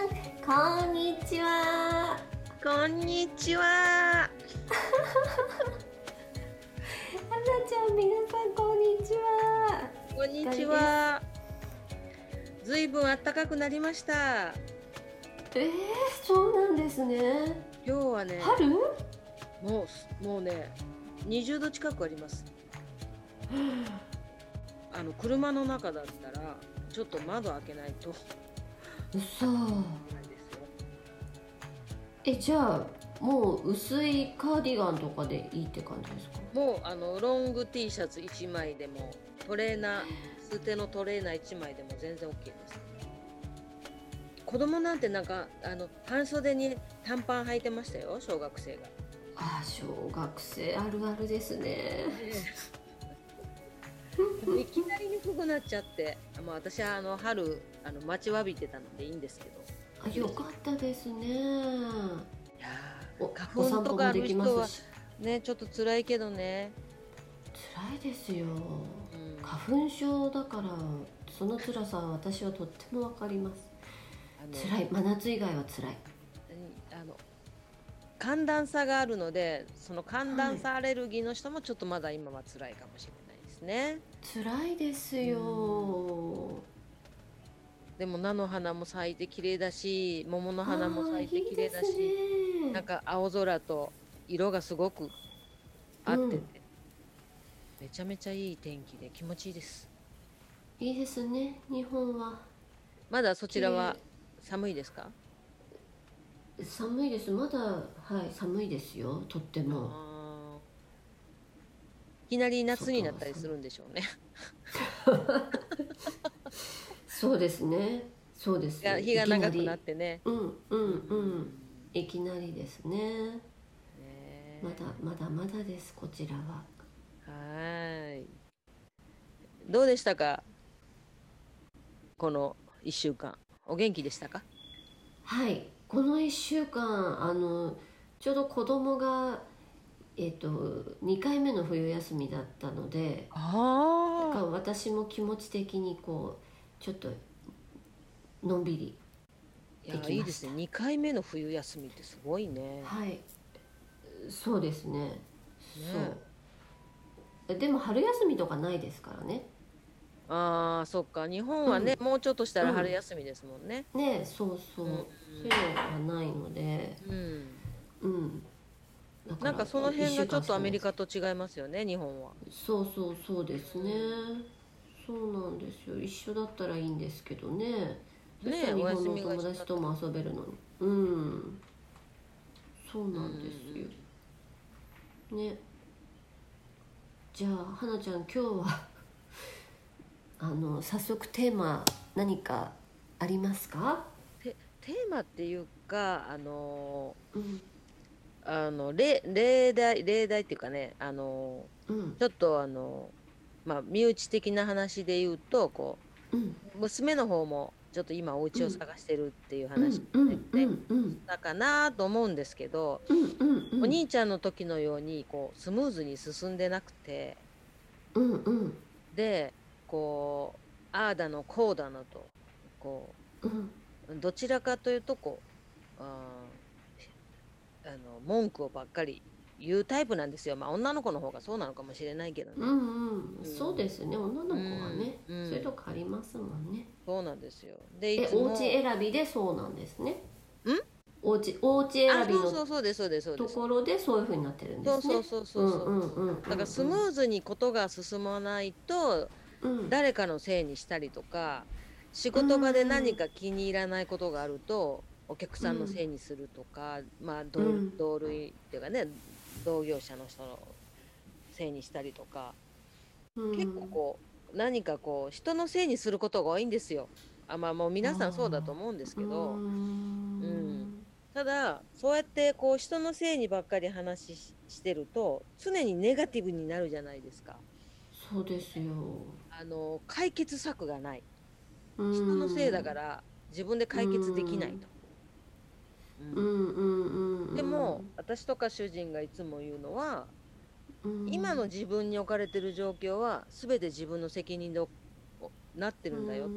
こんにちは。こんにちは。あなちゃん、皆さん、こんにちは。こんにちは。ずいぶん暖かくなりました。えー、そうなんですね。今日はね、春。もうすもうね、20度近くあります。あの車の中だったらちょっと窓開けないと嘘。ないですよ。え、じゃあ、もう薄いカーディガンとかでいいって感じですか。もうあのロング T シャツ1枚でもトレーナー数手のトレーナー1枚でも全然 OK です子供なんてなんかあの半袖に短パン履いてましたよ小学生が、あー、小学生あるあるですね。いきなり低くなっちゃってあもう私はあの春あの待ちわびてたのでいいんですけどあ、よかったですね。いやお、ーお花散粉と歩かもあでるき人まはすし。ねちょっと辛いけどね、辛いですよ。うん、花粉症だから、その辛さは私はとってもわかります。あの辛い真夏以外は辛いあの寒暖差があるのでその寒暖差アレルギーの人もちょっとまだ今は辛いかもしれないですね、辛いですよでも菜の花も咲いて綺麗だし桃の花もあー咲いて綺麗だしいいですなんねか青空と色がすごく合ってて、うんめちゃめちゃいい天気で気持ちいいですいいですね日本はまだそちらは綺寒いですか、寒いですまだはい寒いですよとってあもーいきなり夏になったりするんでしょうね。そうですねそうです日が日が長くなっいきてね。りうんうんうんいきなりですねねまだまだまだですこちらははーい。どうでしたかこの1週間。お元気でしたかはいこの1週間あのちょうど子供がえっ、と2回目の冬休みだったのでなんあかあ。私も気持ち的にこうちょっとのんびりいやできましたいいですね。2回目の冬休みってすごいね。はいそうですねねそうでも春休みとかないですからねああ、そっか。日本はね、もうちょっとしたらうん春休みですもんね。ねそうそう、うんそういうのがないのでうん。うんだなんかその辺がちょっとアメリカカと違いますよね、日本は。そうそうそうですねそうなんですよ一緒だったらいいんですけどねそしたら日本のお友達とも遊べるのにうんそうなんですよ、ねじゃあ花ちゃん今日は あの早速テーマ何かありますか、テーマっていうか、あのうんーあの例例題例題っていうかね、あのーうんちょっとあの、まあ、身内的な話で言うとこうんう娘の方もちょっと今お家を探してるっていううん話うんうんうんだかなと思うんですけど、うんうんうんお兄ちゃんの時のようにこうスムーズに進んでなくてうんうんでこうああだのこうだのとこうんうどちらかというとこうあーあの文句をばっかり言うタイプなんですよ、まあ、女の子の方がそうなのかもしれないけどね。うんうんそうですね女の子はね、うんそういうとこありますもんねそうなんですよでいえつおも家選びでそうなんですねんお家お家選びあそうそのうそうですそうですそうでとすころでそういうふうになってるんでそうすねそうそうそうそう,、んうんうんうんだからスムーズにことが進まないとうん誰かのせいにしたりとか仕事場で何か気に入らないことがあるとお客さんのせいにするとか、まあ同,、うん同類っていうかね同業者の人のせいにしたりとか、うん結構こう何かこう人のせいにすることが多いんですよ。あまあもう皆さんそうだと思うんですけど。うんうんただそうやってこう人のせいにばっかり話ししてると常にネガティブになるじゃないですかそうですよあの解決策がない人人のせいだから自分で解決できないと、ううんんうんうんうんでも私とか主人がいつも言うのは、うん今の自分に置かれてる状況は全て自分の責任でおなってるんだよ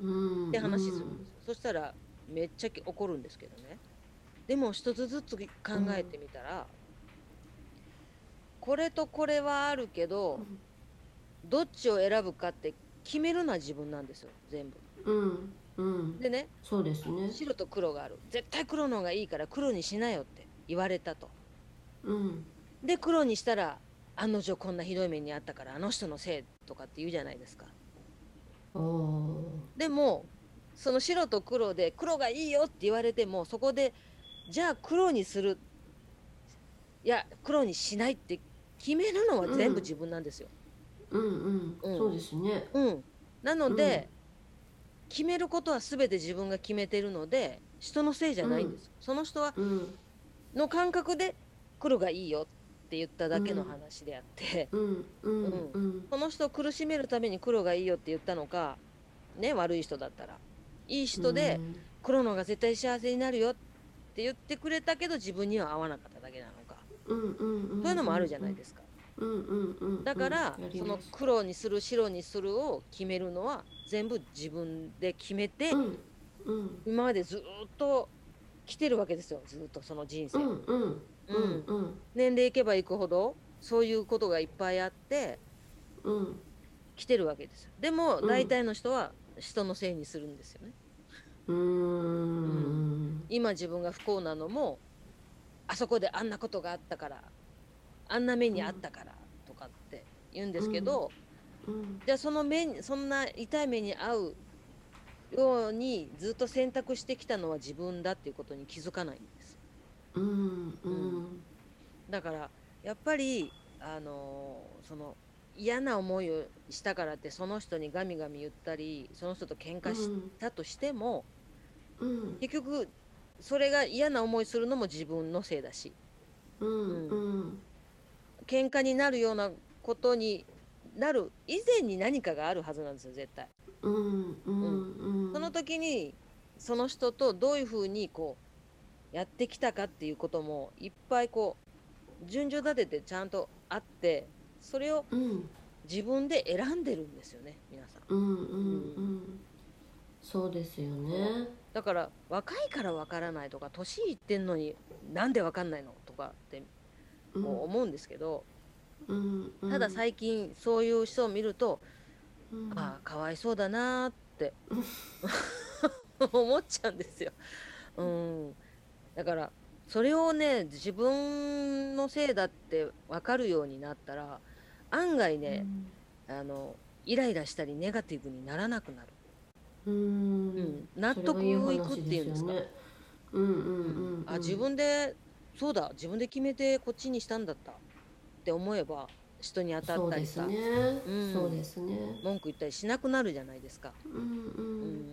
と、うんって話するうんそしたらめっちゃき怒るんですけどねでも一つずつ考えてみたら、これとこれはあるけど、うんどっちを選ぶかって決めるのは自分なんですよ全部うんうんでねそうですね白と黒がある絶対黒の方がいいから黒にしなよって言われたとうんで黒にしたら案の定こんなひどい目にあったからあの人のせいとかって言うじゃないですかあーでもその白と黒で黒がいいよって言われてもそこでじゃあ黒にするいや黒にしないって決めるのは全部自分なんですよ。うんううんんそうですねうんなので、決めることは全て自分が決めてるので人のせいじゃないんです、その人はうんの感覚で黒がいいよって言っただけの話であって、うんうんうんその人を苦しめるために黒がいいよって言ったのかね悪い人だったらいい人で、黒の方が絶対幸せになるよって言ってくれたけど自分には合わなかっただけなのかうんうんうんうんそういうのもあるじゃないですかうんうんうんうんだからやりそまのす黒にする白にするを決めるのは全部自分で決めてうんうん今までずっと来てるわけですよずっとその人生うんうんううんんうん年齢いけばいくほどそういうことがいっぱいあってうん来てるわけですよでもうん大体の人は人のせいにするんですよねうーん今自分が不幸なのもあそこであんなことがあったからあんな目にあったからとかって言うんですけど、うんじゃあその目にそんな痛い目に遭うようにずっと選択してきたのは自分だっていうことに気づかないんですうんうんだからやっぱりあのーその嫌な思いをしたからってその人にガミガミ言ったりその人と喧嘩したとしても、うん結局それが嫌な思いするのも自分のせいだしうんうん喧嘩になるようなことになる以前に何かがあるはずなんですよ絶対。うんうんうんその時にその人とどういうふうにこうやってきたかっていうこともいっぱいこう順序立ててちゃんとあってそれをうん自分で選んでるんですよね皆さん。うんうんうんそうですよねだから若いからわからないとか年いってんのになんでわかんないのとかってうんこう思うんですけど、うんうんただ最近そういう人を見ると、うんああかわいそうだなーって 思っちゃうんですよ。うん、だからそれをね自分のせいだって分かるようになったら案外ね、あのイライラしたりネガティブにならなくなる、ううんん、納得いくっていうんですそかれはいい話よねうんうんうんあ自分でそうだ自分で決めてこっちにしたんだったって思えば人に当たそっうたでりすさ、ねうんそうですね文句言ったりしなくなるじゃないですか。うんうん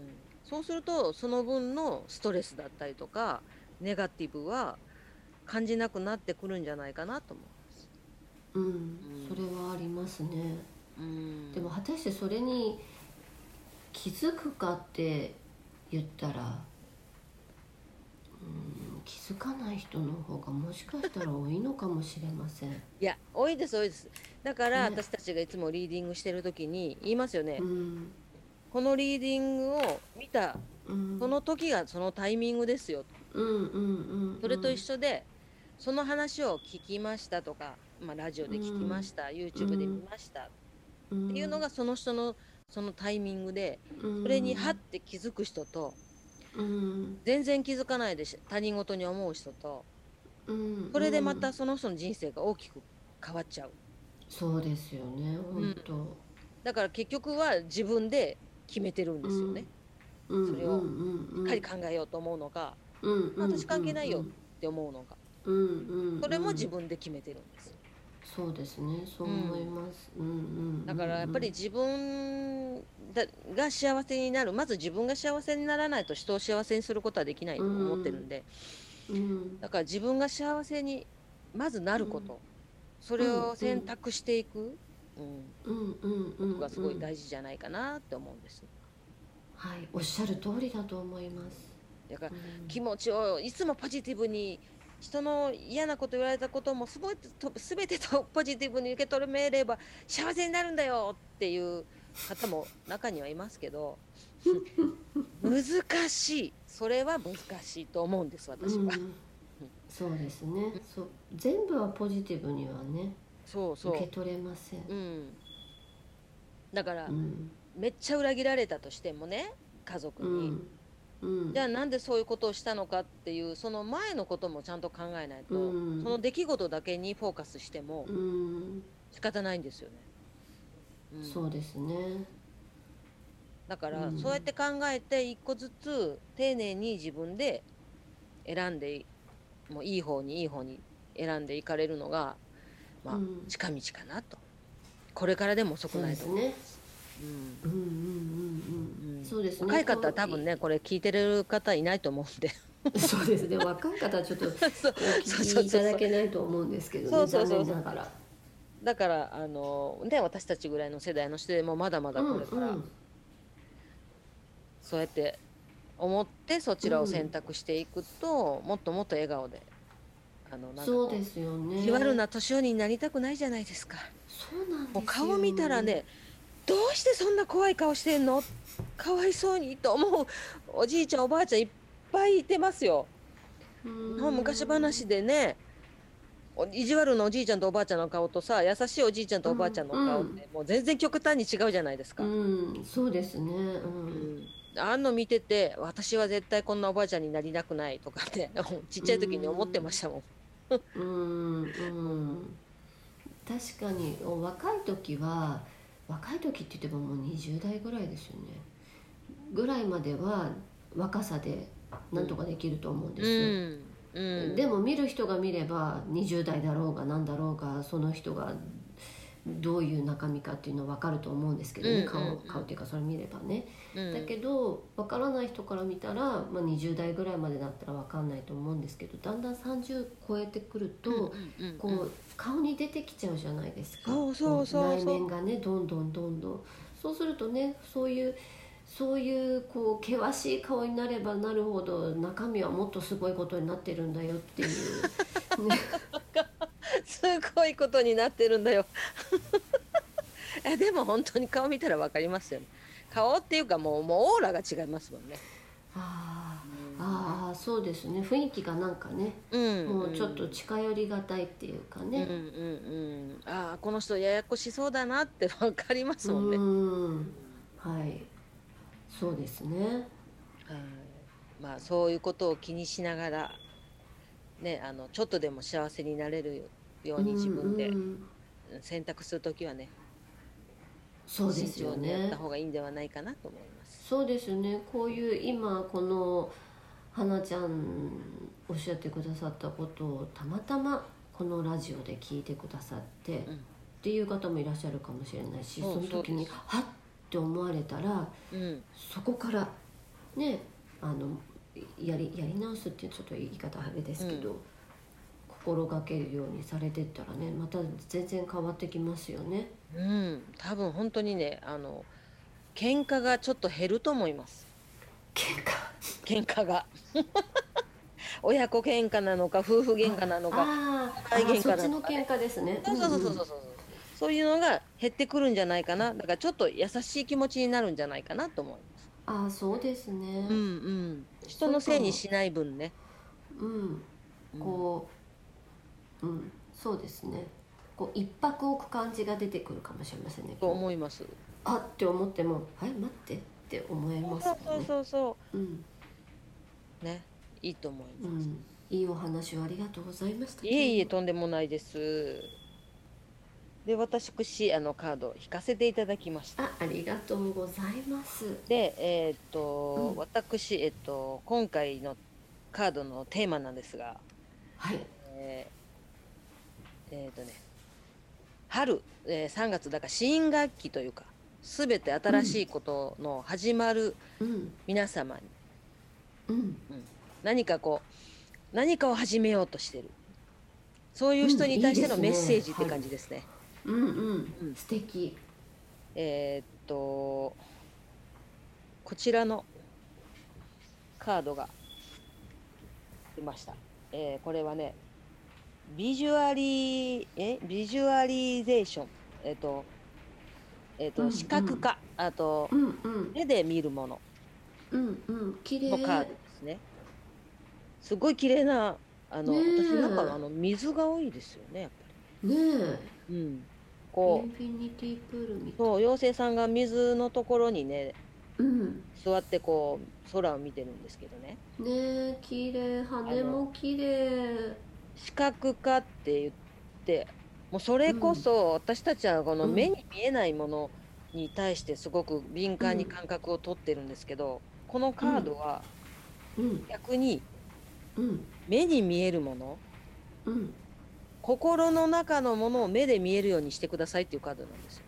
そうするとその分のストレスだったりとかネガティブは感じなくなってくるんじゃないかなと思うんそれはありますねう。うんでも果たしてそれに気づくかって言ったらうん気づかない人の方がもしかしたら多いのかもしれません。いや多いです多いです。だからね私たちがいつもリーディングしてる時に言いますよね。うんこのリーディングを見たうん、その時がそのタイミングですよ。うんうんうんそれと一緒で、その話を聞きましたとか、まあ、ラジオで聞きました、YouTube で見ましたって緒いうのがその人のそのタイミングでそれにハッて気づく人と、うん全然気づかないでし他人事に思う人とうん、それでまうたんその人の人生が大きく変わっちゃうそうですよね本当、だから結局は自分で決めてるんですよね、うそん、れをうんうんうん、しっかり考えようと思うのかうんうんうん、私関係ないよって思うのかうんうんうん、それも自分で決めてるんですそうですねそう思います、うんうんうんうん、だからやっぱり自分だが幸せになるまず自分が幸せにならないと人を幸せにすることはできないと思ってるんでうんだから自分が幸せにまずなることそれを選択していく、うん、うんうんうんうんがすごい大事じゃないかなって思うんです。はい、おっしゃる通りだと思います。だからうん気持ちをいつもポジティブに人の嫌なこと言われたこともすごいと全てとポジティブに受け止めれば幸せになるんだよっていう方も中にはいますけど難しいそれは難しい と思うんです私は、うんそうですねそう全部はポジティブにはねそうそう受け取れませんうん、だから、うんめっちゃ裏切られたとしてもね家族うに、んうんじゃあなんでそういうことをしたのかっていうその前のこともちゃんと考えないと、うんその出来事だけにフォーカスしてもうん仕方ないんですよね。うんそうですねだから、うんそうやって考えて一個ずつ丁寧に自分で選んでもういい方にいい方に選んでいかれるのが、まあうん近道かなとこれからでも遅くそうなでいとす思う。ねうんうんうんうんううんんそうですね若い方は多分ねこれ聞いてる方いないと思うんで そうですね若い方はちょっとおそう聞きいただけないと思うんですけどそねうそう残そう念ながらだからあのね私たちぐらいの世代の人でもまだまだこれから、うんそうやって思ってそちらを選択していくと、もっともっと笑顔であのなんうんかそこうですよね意地悪な年寄りになりたくないじゃないですかそうなんですもうよ顔見たらねどうしてそんな怖い顔してんのかわいそうにと思うおじいちゃんおばあちゃんいっぱいいてますよもう昔話でねお意地悪なおじいちゃんとおばあちゃんの顔とさ優しいおじいちゃんとおばあちゃんの顔っうんうてもう全然極端に違うじゃないですか、うんそうですねううんんあんの見てて私は絶対こんなおばあちゃんになりたくないとかって ちっちゃい時に思ってましたもん、うんうん確かにお若い時は若い時って言ってももう20代ぐらいですよねぐらいまでは若さでなんとかできると思うんですよ、うんうん、でも見る人が見れば20代だろうが何だろうがその人がどういう中身かっていうのは分かると思うんですけどうね、んうん顔顔っていうかそれ見ればね、うんだけど分からない人から見たら、まあ、20代ぐらいまでだったら分かんないと思うんですけどだんだん30超えてくると、うんうんうんこう顔に出てきちゃうじゃないですかそうそうそうそうこ内面がねどんどんどんどんそうするとねそういうそういうこう険しい顔になればなるほど中身はもっとすごいことになってるんだよっ ていうねすごいことになってるんだよ えでも本当に顔見たらわかりますよね顔っていうかもうもうオーラが違いますもんね、あーあーそうですね雰囲気がなんかね、うんもうちょっと近寄りがたいっていうかうんうんね、うんああこの人ややこしそうだなってわかりますもんね、うんはいそうですねはいまあそういうことを気にしながらねあのちょっとでも幸せになれるように自分でうんうん選択するときはねそうです慎よ重にやっねた方がいいんではないかなと思いますそうですねこういう今この花ちゃんおっしゃってくださったことをたまたまこのラジオで聞いてくださって、うんっていう方もいらっしゃるかもしれないしそうその時にそうですはっって思われたらうんそこからねあのやりやり直すっていうちょっと言い方はべですけど、心がけるようにされてったらねまた全然変わってきますよね。うん、多分本当にね、あの喧嘩がちょっと減ると思います。喧喧嘩嘩が 親子喧嘩なのか夫婦喧嘩なのか、あーあ大喧嘩だーそっちの喧嘩ですね。そうそうそうそううんそううそう。そういうのが減ってくるんじゃないかな。だからちょっと優しい気持ちになるんじゃないかなと思います。んあーそうですね。うんうん。人のせいにしない分ね。うん、うんこう、うん、そうですね。こう一泊置く感じが出てくるかもしれませんね。とこう思います。あって思っても、はい、待ってって思えますそうもそんうね。そうそうん、う。ね、いいと思います。うん、いいお話をありがとうございました。いえいえ、とんでもないです。で、私、あのカード引かせていただきました。あ、ありがとうございます。で、えーっと、うん私、えーっと、今回のカードのテーマなんですが、はい、えーえーっとね、春、えー3月だから新学期というか、すべて新しいことの始まるうん、皆様に、うん、何かこう、何かを始めようとしてる。そういう人に対してのうんいメいッですねセージって感じですね。うん、ううんん、素敵。えーっと、こちらのカードが出ました。えーこれはね、ビジュアリー、えビジュアリゼーション。えーっと、えっ、うとんうん視覚化、あとうんうん目で見るものうんうん綺麗のカードですね。すごい綺麗なあの、ねえ私なんかあの水が多いですよねやっぱねえり。うん。イこンフィニティプールみうたいそう妖精さんが水のところにねうん座ってこう空を見てるんですけどね。ねえ綺麗羽も綺麗視覚化って言ってもうそれこそ私たちはこのうん目に見えないものに対してすごく敏感に感覚を取ってるんですけど、このカードはうん逆にうん目に見えるものうん心の中のものを目で見えるようにしてくださいっていうカードなんですよ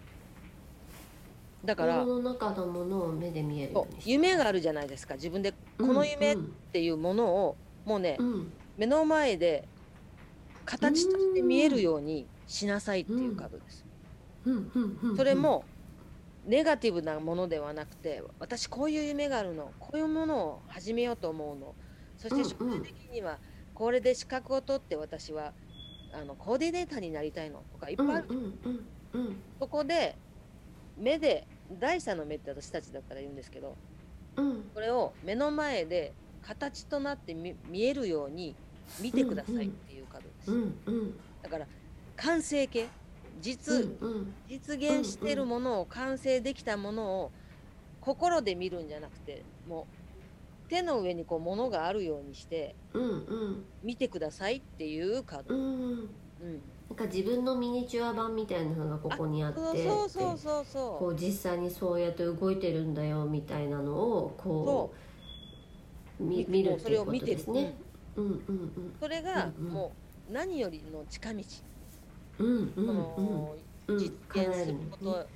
だから心の中のものを目で見えるよそううにして夢があるじゃないですか自分でこの夢っうんていうものをもうねうんうん目の前で形として見えるようにしなさいっていうカードですうんうんうんそれもネガティブなものではなくて私こういう夢があるのこういうものを始めようと思うのそしてうんうん将来的にはこれで資格を取って私はあのコーディネーターになりたいのとかいっぱういんあうるんうんうんそこで目で第三の目って私たちだったら言うんですけどうんこれを目の前で形となってみ見えるように見てくださいっていうカードです、うんうんだから完成形実、うん実現してるものを完成できたものを心で見るんじゃなくてもう手の上にこう物があるようにしてうんうん見てくださいっていうカーうド、んうん、なんか自分のミニチュア版みたいなのがここにあってそうそうそうでそうこそう実際にそうやって動いてるんだよみたいなのをうこそうみ見るっていうことですね。うんうんそれがうんうんもう何よりの近道、うんうんうそんのうん実現すること、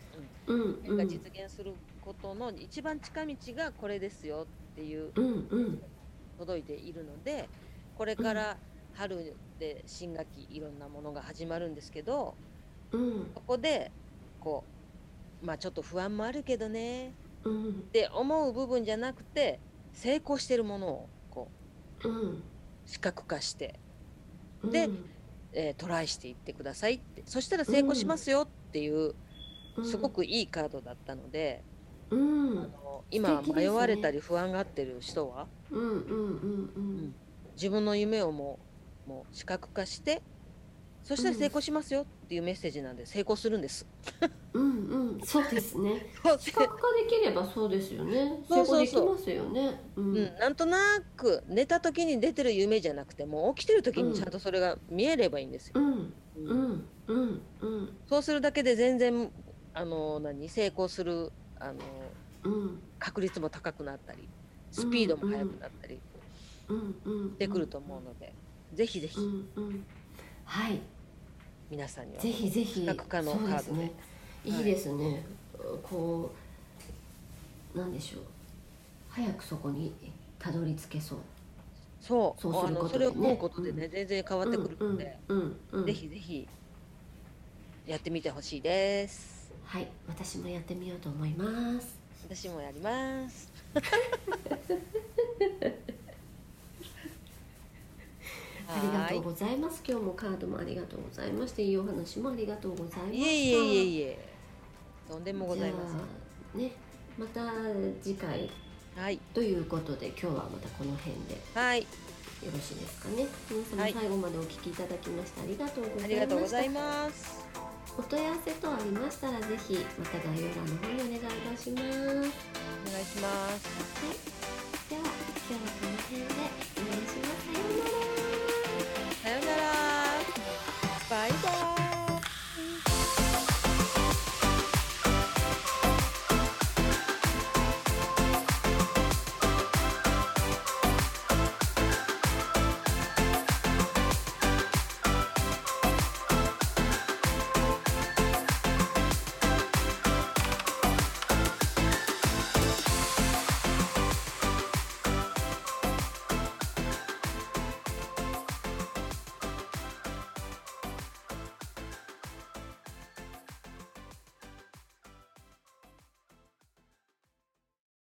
うんうんうんなんか実現することの一番近道がこれですよっていううんうん届いているのでこれから春で新学期いろんなものが始まるんですけどうんそこでこうまあちょっと不安もあるけどねうんって思う部分じゃなくて成功してるものをこうんう視覚化して、うんでえートライしていってくださいってそしたら成功しますよっていううんすごくいいカードだったので、うんうあんの今素敵です迷ねわれたり不安があってる人はうんうん自分の夢をもうもう視覚化してそしたら成功しますよっていうメッセージなんで成功するんです。うんうんうんそうですね。視う覚化できればそうですよね。そ成う功そうできそうますよね。うんん、なんとなく寝た時に出てる夢じゃなくてもう起きてる時にちゃんとそれが見えればいいんですよ。うんううんんうんうんそうするだけで全然あの何成功するあのうん確率も高くなったりスピードも速くなったりうんうんしてくると思うので、ぜひぜひうんうんはい皆さんにはぜひぜひ視覚化のカードでそうですねはいいいですね、こうなんでしょう早くそこにたどり着けそうそうそうすあるのことそでれねを思うことでね、う全然変わってくるので。うんうんうんうんぜひぜひやってみてほしいです。はい私もやってみようと思います私もやり ます。ありがとうはございます今日もカードもありがとうございましていいお話もありがとうございまーしたい。いえいえいえいえ。とんでもございまじゃあねまた次回せん。はい。ということで今日はまたこの辺ではい。よろしいですかね皆様はい最後までお聞きいただきましてありがとうごあざいました、りがとうございます。お問い合わせ等ありましたらぜひまた概要欄の方にお願いいた